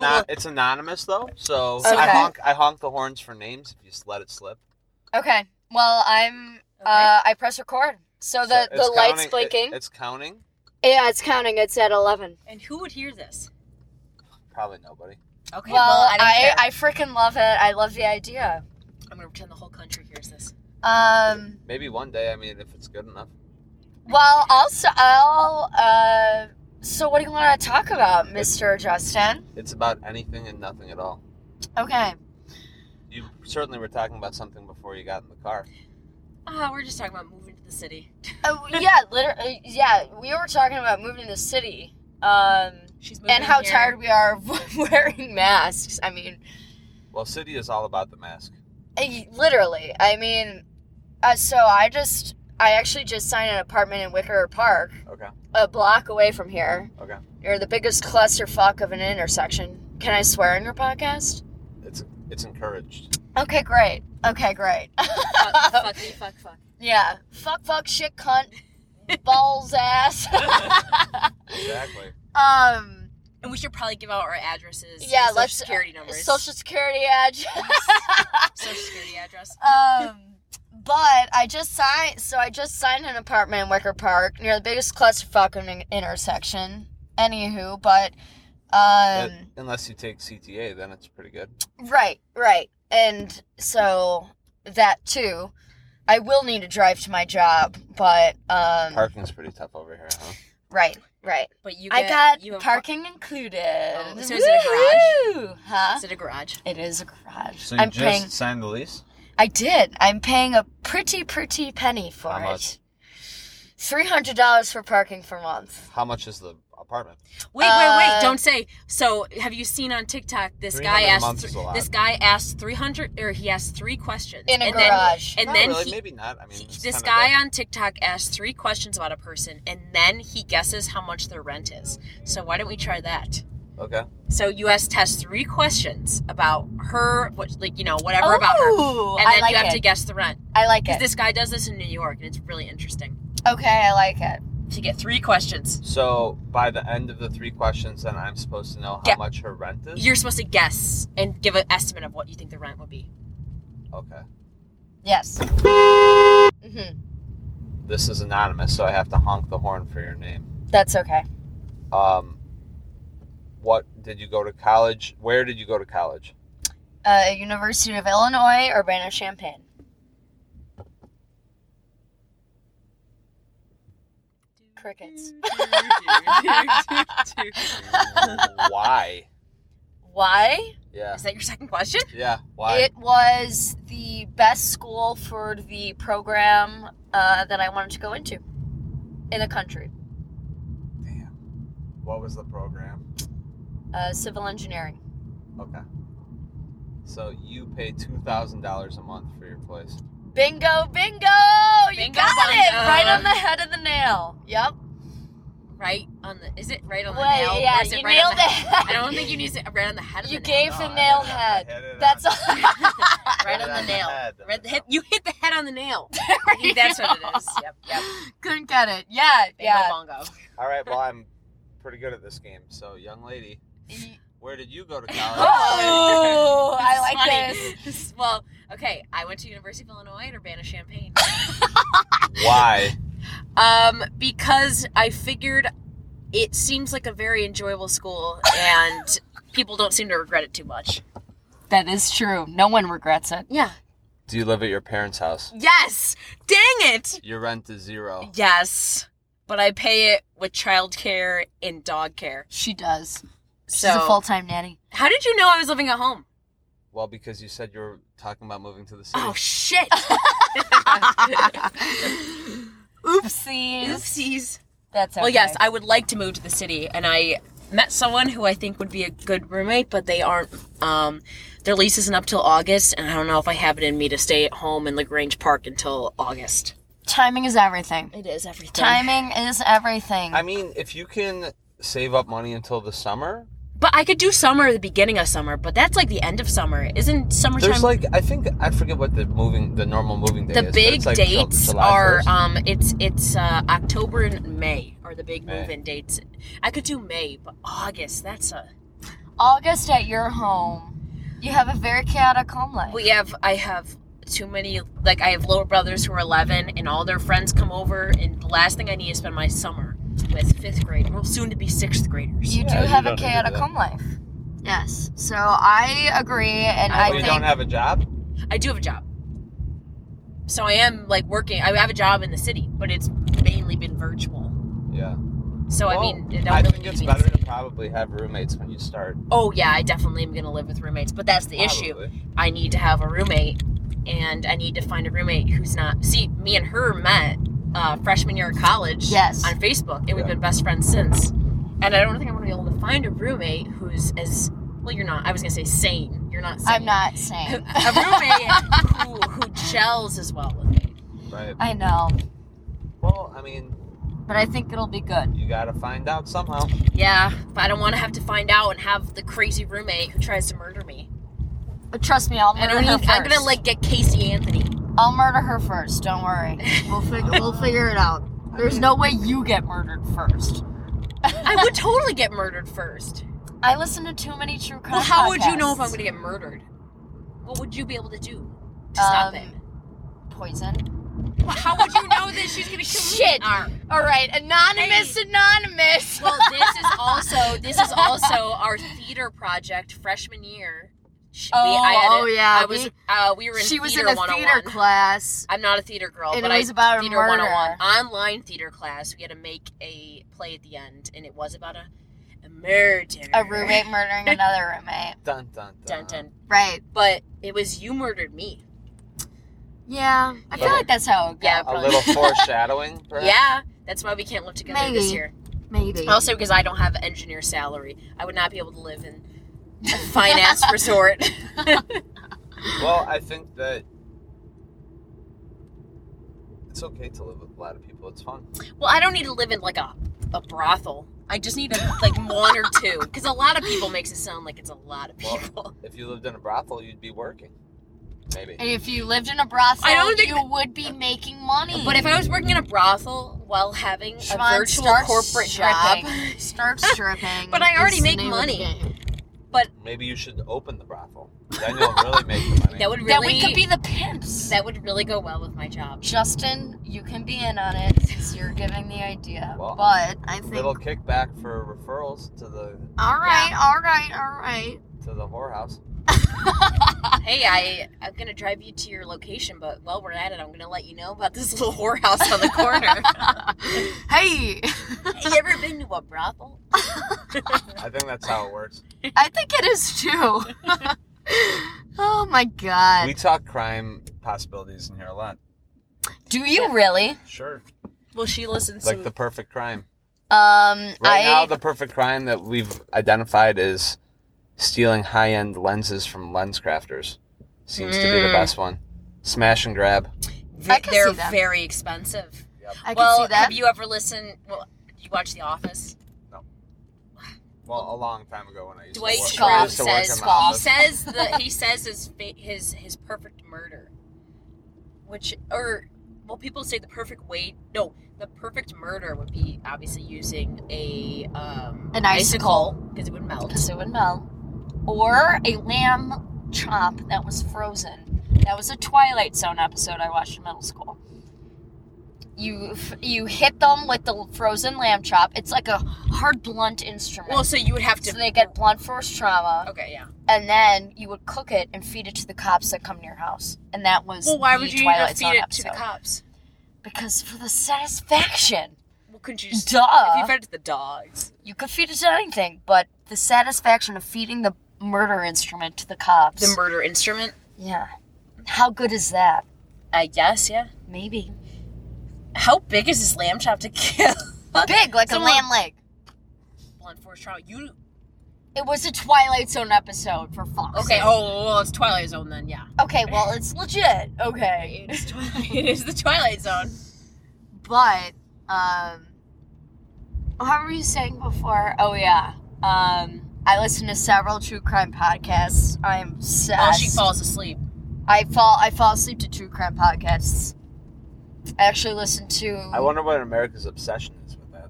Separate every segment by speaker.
Speaker 1: not, it's anonymous though, so I
Speaker 2: Okay.
Speaker 1: honk. I honk the horns for names if you just let it slip.
Speaker 3: Okay. Well, I'm.
Speaker 2: Okay.
Speaker 3: Uh, I press record. So
Speaker 1: So
Speaker 3: the
Speaker 1: it's
Speaker 3: the light's
Speaker 1: counting- it-
Speaker 3: blinking.
Speaker 1: it's counting.
Speaker 3: yeah, it's counting. It's at eleven.
Speaker 2: and who would hear this?
Speaker 1: Probably nobody.
Speaker 2: Okay,
Speaker 3: well, I
Speaker 2: I,
Speaker 3: I, freaking love it. I love the idea.
Speaker 2: am gonna pretend the whole country hears this.
Speaker 3: Um.
Speaker 1: Maybe one day. I mean, if it's good enough.
Speaker 3: Well, also, I'll. Uh. So what do you want to talk about, Mister Justin?
Speaker 1: It's about anything and nothing at all.
Speaker 3: Okay.
Speaker 1: You certainly were talking about something before you got in the car.
Speaker 2: Ah, we're just talking about moving to the city.
Speaker 3: Oh yeah, literally. Yeah, we were talking about moving to the city. Um.
Speaker 2: She's moving
Speaker 3: And how
Speaker 2: here.
Speaker 3: tired we are of wearing masks. I mean,
Speaker 1: Well, city is all about the mask.
Speaker 3: I- literally i mean uh, so i just i actually just signed an apartment in wicker park
Speaker 1: Okay.
Speaker 3: a block away from here
Speaker 1: Okay.
Speaker 3: you're the biggest clusterfuck of an intersection can i swear on your podcast
Speaker 1: It's it's encouraged.
Speaker 3: okay great okay great
Speaker 2: Fuck, fuck me, fuck, fuck.
Speaker 3: yeah fuck fuck shit cunt balls ass
Speaker 1: Exactly.
Speaker 3: um
Speaker 2: And we should probably give out our addresses. and
Speaker 3: Yeah,
Speaker 2: social
Speaker 3: let's- uh,
Speaker 2: security numbers.
Speaker 3: social security edge
Speaker 2: social security address.
Speaker 3: um, but I just signed. So I just signed an apartment in Wicker Park near the biggest clusterfuck in an intersection. Anywho, but um,
Speaker 1: It- unless you take CTA, then it's pretty good.
Speaker 3: right, right, and so that too. I will need to drive to my job, but um,
Speaker 1: Parking's pretty tough over here, huh?
Speaker 3: right, right.
Speaker 2: But you,
Speaker 3: I
Speaker 2: get-
Speaker 3: got
Speaker 2: you have-
Speaker 3: parking included.
Speaker 2: Oh, so is it a
Speaker 3: Woo-hoo! Huh?
Speaker 2: Is it a garage?
Speaker 3: It is a garage.
Speaker 1: So you
Speaker 3: I'm
Speaker 1: just
Speaker 3: paying.
Speaker 1: signed the lease.
Speaker 3: I did. I'm paying a pretty, pretty penny for
Speaker 1: How
Speaker 3: it.
Speaker 1: much?
Speaker 3: Three hundred dollars for parking for a month.
Speaker 1: How much is the apartment?
Speaker 2: Wait, wait, wait!
Speaker 3: Uh,
Speaker 2: Don't say. So, have you seen on TikTok this guy
Speaker 1: 300 a
Speaker 2: asked
Speaker 1: month is a
Speaker 2: thr-
Speaker 1: lot.
Speaker 2: this guy asked three hundred or he asked three questions
Speaker 3: In a
Speaker 2: and
Speaker 3: garage.
Speaker 2: Then, and
Speaker 1: Not
Speaker 2: then
Speaker 1: really,
Speaker 2: he,
Speaker 1: maybe not. I mean,
Speaker 2: he-
Speaker 1: it's
Speaker 2: this
Speaker 1: kinda
Speaker 2: guy
Speaker 1: big.
Speaker 2: on TikTok asked three questions about a person, and then he guesses how much their rent is. So why don't we try that?
Speaker 1: Okay.
Speaker 2: So you ask Tess three questions about her, what like you know whatever about her,
Speaker 3: Ooh,
Speaker 2: and then
Speaker 3: Oh, I like
Speaker 2: you have
Speaker 3: it.
Speaker 2: to guess the rent.
Speaker 3: I like
Speaker 2: Because
Speaker 3: it.
Speaker 2: this guy does this in New York, and it's really interesting
Speaker 3: okay, I like it.
Speaker 2: to get three questions.
Speaker 1: So by the end of the three questions, then I'm supposed to know how
Speaker 2: Yeah.
Speaker 1: much her rent is.
Speaker 2: You're supposed to guess and give an estimate of what you think the rent would be.
Speaker 1: okay.
Speaker 3: Yes. hmm
Speaker 1: This is anonymous, so I have to honk the horn for your name.
Speaker 3: That's okay.
Speaker 1: Um, what did you go to college? Where did you go to college?
Speaker 3: Uh, University of Illinois, Urbana Champaign. Crickets.
Speaker 1: why?
Speaker 3: Why?
Speaker 1: Yeah.
Speaker 2: Is that your second question?
Speaker 1: Yeah. Why?
Speaker 3: It was the best school for the program uh, that I wanted to go into in the country.
Speaker 1: Damn. What was the program?
Speaker 3: Uh, civil engineering.
Speaker 1: Okay. So you pay two thousand dollars a month for your place.
Speaker 3: Bingo, bingo! You
Speaker 2: Bingo,
Speaker 3: got it
Speaker 2: bongo.
Speaker 3: right on the head of the nail. Yep.
Speaker 2: Right on the. Is it right on the
Speaker 3: Well,
Speaker 2: nail? or
Speaker 3: yeah,
Speaker 2: is it
Speaker 3: you
Speaker 2: right
Speaker 3: nailed
Speaker 2: on the head? I
Speaker 3: it.
Speaker 2: don't think you need it right on the head. Of
Speaker 3: You
Speaker 2: the
Speaker 3: gave
Speaker 2: nail.
Speaker 3: the
Speaker 1: I
Speaker 3: nail
Speaker 1: hit it on- I
Speaker 3: head.
Speaker 1: hit it
Speaker 3: That's
Speaker 1: on-
Speaker 3: all.
Speaker 2: right on the nail.
Speaker 1: head.
Speaker 2: Right, the hip, you hit the head on the nail. I think that's what it is. Yep, yep.
Speaker 3: Couldn't get it. Yeah,
Speaker 2: Bingo
Speaker 3: yeah.
Speaker 2: bongo.
Speaker 1: All right, well, I'm pretty good at this game. So, young lady,
Speaker 3: Y-
Speaker 1: where did you go to
Speaker 3: Oh, I like this.
Speaker 2: this. is funny. Well, okay, I went to University of Illinois at Urbana-Champaign.
Speaker 1: college? Why?
Speaker 2: Um, because I figured it seems like a very enjoyable school, and people don't seem to regret it too much.
Speaker 3: That is true. No one regrets it.
Speaker 2: Yeah.
Speaker 1: Do you live at your parents' house?
Speaker 2: Yes. Dang it.
Speaker 1: Your rent is zero.
Speaker 2: Yes, but I pay it with childcare and dog care.
Speaker 3: She does. She's
Speaker 2: So,
Speaker 3: a full time nanny.
Speaker 2: how did you know I was living at home?
Speaker 1: Well, because you said you were talking about moving to the city.
Speaker 2: Oh shit.
Speaker 3: Oopsies.
Speaker 2: Oopsies.
Speaker 3: That's okay.
Speaker 2: Well, yes, I would like to move to the city, and I met someone who I think would be a good roommate, but they aren't. Um, their lease isn't up till August, and I don't know if I have it in me to stay at home in Lagrange Park until August.
Speaker 3: Timing is everything.
Speaker 2: It is everything.
Speaker 3: Timing is everything.
Speaker 1: I mean, if you can save up money until the summer,
Speaker 2: But I could do summer at the beginning of summer, but that's like the end of summer. Isn't summertime?
Speaker 1: there's like I think I forget what the moving the normal moving day
Speaker 2: the
Speaker 1: is. but
Speaker 2: big
Speaker 1: it's like Ju-
Speaker 2: dates
Speaker 1: July
Speaker 2: are
Speaker 1: 1st.
Speaker 2: um it's it's uh October and May are the big
Speaker 1: May.
Speaker 2: move in dates. I could do May, but August, that's a
Speaker 3: August at your home, you have a very chaotic home life.
Speaker 2: We have I have too many like I have little brothers who are 11 and all their friends come over and the last thing I need is spend my summer with 5th grade, well soon to be 6th graders.
Speaker 3: you do
Speaker 1: Yeah, you
Speaker 3: have a
Speaker 1: don't need to do
Speaker 3: chaotic
Speaker 1: that.
Speaker 3: home life. Yes. So I agree, and
Speaker 2: I
Speaker 3: I,
Speaker 1: But you
Speaker 3: think
Speaker 1: don't have a job.
Speaker 2: I do have a job. So I am like working. I have a job in the city, but it's mainly been virtual.
Speaker 1: Yeah.
Speaker 2: So I
Speaker 1: Well,
Speaker 2: mean, I don't
Speaker 1: I
Speaker 2: really
Speaker 1: think
Speaker 2: need
Speaker 1: it's
Speaker 2: to be in the
Speaker 1: better to
Speaker 2: city.
Speaker 1: probably have roommates when you start.
Speaker 2: Oh yeah, I definitely am gonna live with roommates, but that's the issue.
Speaker 1: probably.
Speaker 2: I need to have a roommate, and I need to find a roommate who's not. See, me and her met uh, freshman year of college.
Speaker 3: Yes.
Speaker 2: On Facebook, and
Speaker 1: Yeah.
Speaker 2: we've been best friends since. And I don't think I'm gonna be able to find a roommate who's as well. You're not. I was gonna say sane. You're not. Sane.
Speaker 3: I'm not
Speaker 2: A
Speaker 3: saying.
Speaker 2: roommate who, who gels as well with me.
Speaker 1: Right.
Speaker 3: I know,
Speaker 1: Well, I mean,
Speaker 3: but I think it'll be good.
Speaker 1: you gotta find out somehow.
Speaker 2: Yeah, but I don't want to have to find out and have the crazy roommate who tries to murder me.
Speaker 3: But trust me, I'll
Speaker 2: I
Speaker 3: murder
Speaker 2: don't
Speaker 3: her
Speaker 2: need,
Speaker 3: first.
Speaker 2: I'm gonna like get Casey Anthony.
Speaker 3: I'll murder her first. Don't worry. We'll figure. we'll figure it out. There's no way you get murdered first.
Speaker 2: I would totally get murdered first.
Speaker 3: I listen to too many true crime.
Speaker 2: Well, how would you know if
Speaker 3: podcasts.
Speaker 2: I'm going to get murdered? What would you be able to do to stop
Speaker 3: Um,
Speaker 2: it?
Speaker 3: poison?
Speaker 2: Well, how would you know that she's going to kill me?
Speaker 3: Shit.
Speaker 2: Our-
Speaker 3: All right, anonymous, anonymous.
Speaker 2: well, this is also this is also our theater project freshman year. She,
Speaker 3: Oh,
Speaker 2: had
Speaker 3: oh, yeah,
Speaker 2: I was.
Speaker 3: we-
Speaker 2: uh, we were in
Speaker 3: she was in
Speaker 2: theater
Speaker 3: a theater
Speaker 2: 101.
Speaker 3: class.
Speaker 2: I'm not a theater girl,
Speaker 3: And
Speaker 2: Oh, but
Speaker 3: it
Speaker 2: I
Speaker 3: was about a
Speaker 2: theater
Speaker 3: murder.
Speaker 2: 101 online theater class. We had to make a play at the end, and it was about a, a murder.
Speaker 3: A roommate murdering another roommate.
Speaker 1: Dun dun dun.
Speaker 2: Dun, dun.
Speaker 3: Right.
Speaker 2: But it was you murdered me.
Speaker 3: Yeah. I feel
Speaker 1: But-
Speaker 3: like that's how it goes.
Speaker 2: Yeah,
Speaker 1: A
Speaker 2: probably.
Speaker 1: little foreshadowing. Perhaps?
Speaker 2: Yeah, that's why we can't live together this
Speaker 3: Maybe.
Speaker 2: year.
Speaker 3: Maybe.
Speaker 2: Also, because I don't have engineer salary, I would not be able to live in a finance resort.
Speaker 1: Well, I think that it's okay to live with a lot of people. It's fun.
Speaker 2: well, I don't need to live in like a, a brothel. I just need a, like one or two, because a lot of people makes it sound like it's a lot of
Speaker 1: Well,
Speaker 2: people.
Speaker 1: If you lived in a brothel, you'd be working. Maybe.
Speaker 3: And if you lived in a brothel,
Speaker 2: I don't think
Speaker 3: you would be making money.
Speaker 2: But if I was working in a brothel while having
Speaker 3: Siobhan,
Speaker 2: a virtual
Speaker 3: start
Speaker 2: corporate job,
Speaker 3: stripping. start stripping.
Speaker 2: But I already
Speaker 3: is the
Speaker 2: make
Speaker 3: name of the
Speaker 2: money.
Speaker 3: game.
Speaker 1: Maybe you should open the brothel. Then you'll really make the money.
Speaker 2: that would really
Speaker 3: Then we could be the pimps.
Speaker 2: that would really go well with my job.
Speaker 3: Justin, you can be in on it since you're giving the idea.
Speaker 1: Well,
Speaker 3: but I think
Speaker 1: little kickback for referrals to the
Speaker 3: all right, all right, all right.
Speaker 1: to the whorehouse.
Speaker 2: Hey, I I'm gonna drive you to your location, but while we're at it, I'm gonna let you know about this little whorehouse on the corner.
Speaker 3: hey,
Speaker 2: you ever been to a brothel?
Speaker 1: I think that's how it works.
Speaker 3: I think it is too. oh my god.
Speaker 1: We talk crime possibilities in here a lot.
Speaker 3: Do you really?
Speaker 1: Sure.
Speaker 2: Well, she listens
Speaker 1: Like
Speaker 2: to
Speaker 1: the perfect crime.
Speaker 3: Um,
Speaker 1: Right
Speaker 3: I
Speaker 1: now, the perfect crime that we've identified is stealing high end lenses from lens crafters. Seems to be the
Speaker 2: Mm.
Speaker 1: best one. Smash and grab.
Speaker 2: Ve-
Speaker 3: I can
Speaker 2: they're
Speaker 3: see that.
Speaker 2: very expensive.
Speaker 3: I can
Speaker 2: well,
Speaker 3: see that.
Speaker 2: have you ever listened? Well, you watch The Office.
Speaker 1: Well, a long time ago when I used
Speaker 2: Dwight
Speaker 3: Schrute
Speaker 1: to work, I
Speaker 2: Schrute
Speaker 1: used to work in the
Speaker 2: says
Speaker 3: Scott.
Speaker 2: he
Speaker 1: office.
Speaker 2: says the he says his fa- his his perfect murder, which or well people say the perfect way no the perfect murder would be obviously using a um,
Speaker 3: An icicle.
Speaker 2: because it would melt.
Speaker 3: Because it would melt. Or a lamb chop that was frozen. That was a Twilight Zone episode I watched in middle school. You you hit them with the frozen lamb chop. It's like a hard blunt instrument.
Speaker 2: Well, so you would have to
Speaker 3: so they get blunt force trauma,
Speaker 2: okay yeah.
Speaker 3: and then you would cook it and feed it to the cops that come to your house. And that was
Speaker 2: Well, why
Speaker 3: the
Speaker 2: would you
Speaker 3: Twilight
Speaker 2: even
Speaker 3: Zone
Speaker 2: feed it
Speaker 3: episode.
Speaker 2: to the cops?
Speaker 3: Because for the satisfaction.
Speaker 2: Well, couldn't you just
Speaker 3: Duh.
Speaker 2: if you fed it to the dogs?
Speaker 3: You could feed it to anything, but the satisfaction of feeding the murder instrument to the cops.
Speaker 2: The murder instrument?
Speaker 3: Yeah. How good is that?
Speaker 2: I guess yeah.
Speaker 3: Maybe.
Speaker 2: How big is this lamb chop to kill?
Speaker 3: Big, like
Speaker 2: Someone-
Speaker 3: a lamb leg.
Speaker 2: Blunt force trauma. You
Speaker 3: It was a Twilight Zone episode for Fox.
Speaker 2: okay? Oh, well, it's Twilight Zone then. Yeah,
Speaker 3: Okay, well, it's legit. Okay.
Speaker 2: it's Twilight. it is the Twilight Zone.
Speaker 3: But, um, what were you saying before? Oh, yeah. Um, I listen to several true crime podcasts. I'm obsessed.
Speaker 2: While she falls asleep.
Speaker 3: I fall. I fall asleep to true crime podcasts. I actually listen to.
Speaker 1: I wonder what America's obsession is with that.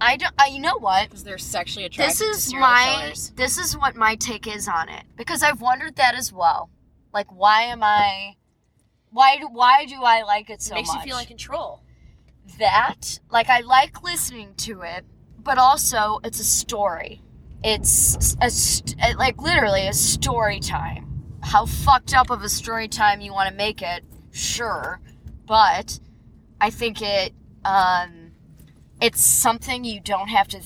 Speaker 3: I don't. Uh, you know what?
Speaker 2: because they're sexually attracted.
Speaker 3: This
Speaker 2: to
Speaker 3: is
Speaker 2: serial
Speaker 3: my.
Speaker 2: killers.
Speaker 3: This is what my take is on it because I've wondered that as well. Like, why am I? Why do why do I like it
Speaker 2: It
Speaker 3: so
Speaker 2: makes
Speaker 3: much?
Speaker 2: you feel in control.
Speaker 3: that. Like, I like listening to it, but also it's a story. It's a st- uh, like literally a story time. How fucked up of a story time you want to make it? Sure, but I think it um, it's something you don't have to.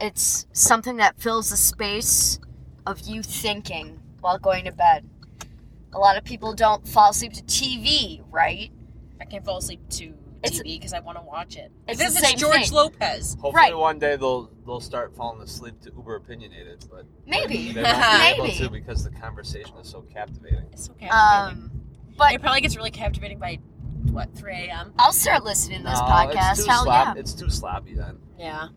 Speaker 3: It's something that fills the space of you thinking while going to bed. A lot of people don't fall asleep to TV, right?
Speaker 2: I can't fall asleep to
Speaker 3: It's-
Speaker 2: TV because I want to watch it.
Speaker 3: It's
Speaker 2: Even
Speaker 3: the
Speaker 2: if
Speaker 3: same
Speaker 2: it's George
Speaker 3: thing.
Speaker 2: Lopez.
Speaker 1: Hopefully,
Speaker 3: Right.
Speaker 1: one day they'll they'll start falling asleep to uber opinionated, but
Speaker 3: Maybe,
Speaker 1: they won't be able
Speaker 3: maybe.
Speaker 1: to because the conversation is so captivating.
Speaker 2: It's okay.
Speaker 3: Um, but
Speaker 2: it probably gets really captivating by what 3 a.m.
Speaker 3: I'll start listening to this
Speaker 1: No,
Speaker 3: podcast.
Speaker 1: It's too,
Speaker 3: Hell
Speaker 1: slop-
Speaker 3: yeah!
Speaker 1: it's too sloppy then.
Speaker 2: Yeah.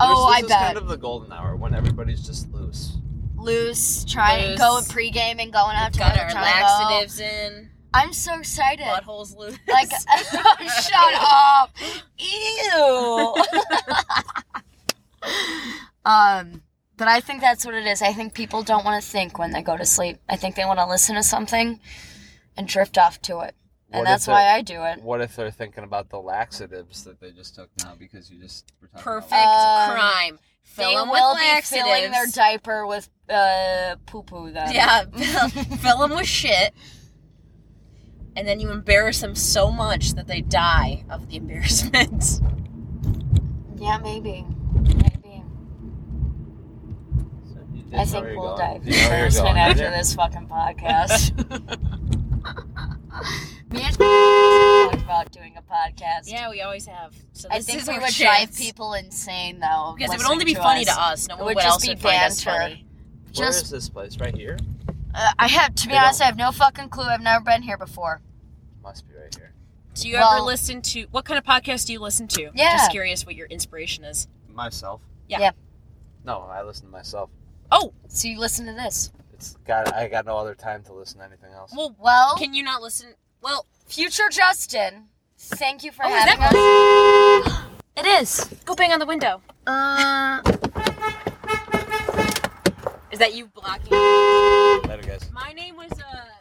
Speaker 3: Oh,
Speaker 1: this,
Speaker 3: I
Speaker 1: this is
Speaker 3: bet.
Speaker 1: kind of the golden hour when everybody's just loose.
Speaker 3: Loose, trying
Speaker 2: Loose.
Speaker 3: going pregame and going out to
Speaker 2: Got
Speaker 3: another
Speaker 2: our
Speaker 3: time.
Speaker 2: laxatives in.
Speaker 3: I'm so excited.
Speaker 2: Buttholes loose.
Speaker 3: Like, shut up. Ew. um, but I think that's what it is. I think people don't want to think when they go to sleep. I think they want to listen to something and drift off to it. And
Speaker 1: What
Speaker 3: that's
Speaker 1: if it-
Speaker 3: why I do it.
Speaker 1: What if they're thinking about the laxatives that they just took now because you just were talking
Speaker 2: Perfect
Speaker 1: About
Speaker 3: Uh,
Speaker 2: crime. Fill
Speaker 3: they
Speaker 2: them with
Speaker 3: will be filling their
Speaker 2: laxatives.
Speaker 3: diaper with uh, poo poo then.
Speaker 2: Yeah, fill them with shit. And then you embarrax them so much that they die of the embarrassment.
Speaker 3: Yeah, maybe. Maybe.
Speaker 1: So you did
Speaker 3: I
Speaker 1: know
Speaker 3: think
Speaker 1: where you're
Speaker 3: we'll
Speaker 1: going.
Speaker 3: dive
Speaker 1: You know where you're going,
Speaker 3: after
Speaker 1: didn't you?
Speaker 3: this fucking podcast. Me and talked about doing a podcast.
Speaker 2: yeah, we always have. So
Speaker 3: I
Speaker 2: this
Speaker 3: think
Speaker 2: is
Speaker 3: we
Speaker 2: our
Speaker 3: would
Speaker 2: chance.
Speaker 3: drive people insane though.
Speaker 2: because it would
Speaker 3: listening
Speaker 2: only be funny
Speaker 3: us.
Speaker 2: to us. No
Speaker 3: It
Speaker 2: one
Speaker 3: would
Speaker 2: would
Speaker 3: just
Speaker 2: else
Speaker 3: be
Speaker 2: would find us
Speaker 3: banter.
Speaker 2: funny.
Speaker 1: Where
Speaker 3: Just-
Speaker 1: is this place? Right here?
Speaker 3: Uh, I have, to be
Speaker 1: They
Speaker 3: honest,
Speaker 1: don't-
Speaker 3: I have no fucking clue. I've never been here before.
Speaker 1: Must be right here.
Speaker 2: Do you
Speaker 3: Well-
Speaker 2: ever listen to what kind of podcast do you listen to?
Speaker 3: Yeah.
Speaker 2: just curious what your inspiration is.
Speaker 1: Myself.
Speaker 2: Yeah.
Speaker 3: Yeah.
Speaker 1: No, I listen to myself.
Speaker 3: So you listen to this.
Speaker 1: It's got. I got no other time to listen to anything else.
Speaker 2: Well,
Speaker 3: Well,
Speaker 2: can you not listen? Well,
Speaker 3: future Justin, thank you for
Speaker 2: Oh, is
Speaker 3: having
Speaker 2: that-
Speaker 3: us. It is.
Speaker 2: go bang on the window.
Speaker 3: Uh,
Speaker 2: Is that you blocking?
Speaker 1: Later, guys.
Speaker 2: My name was uh,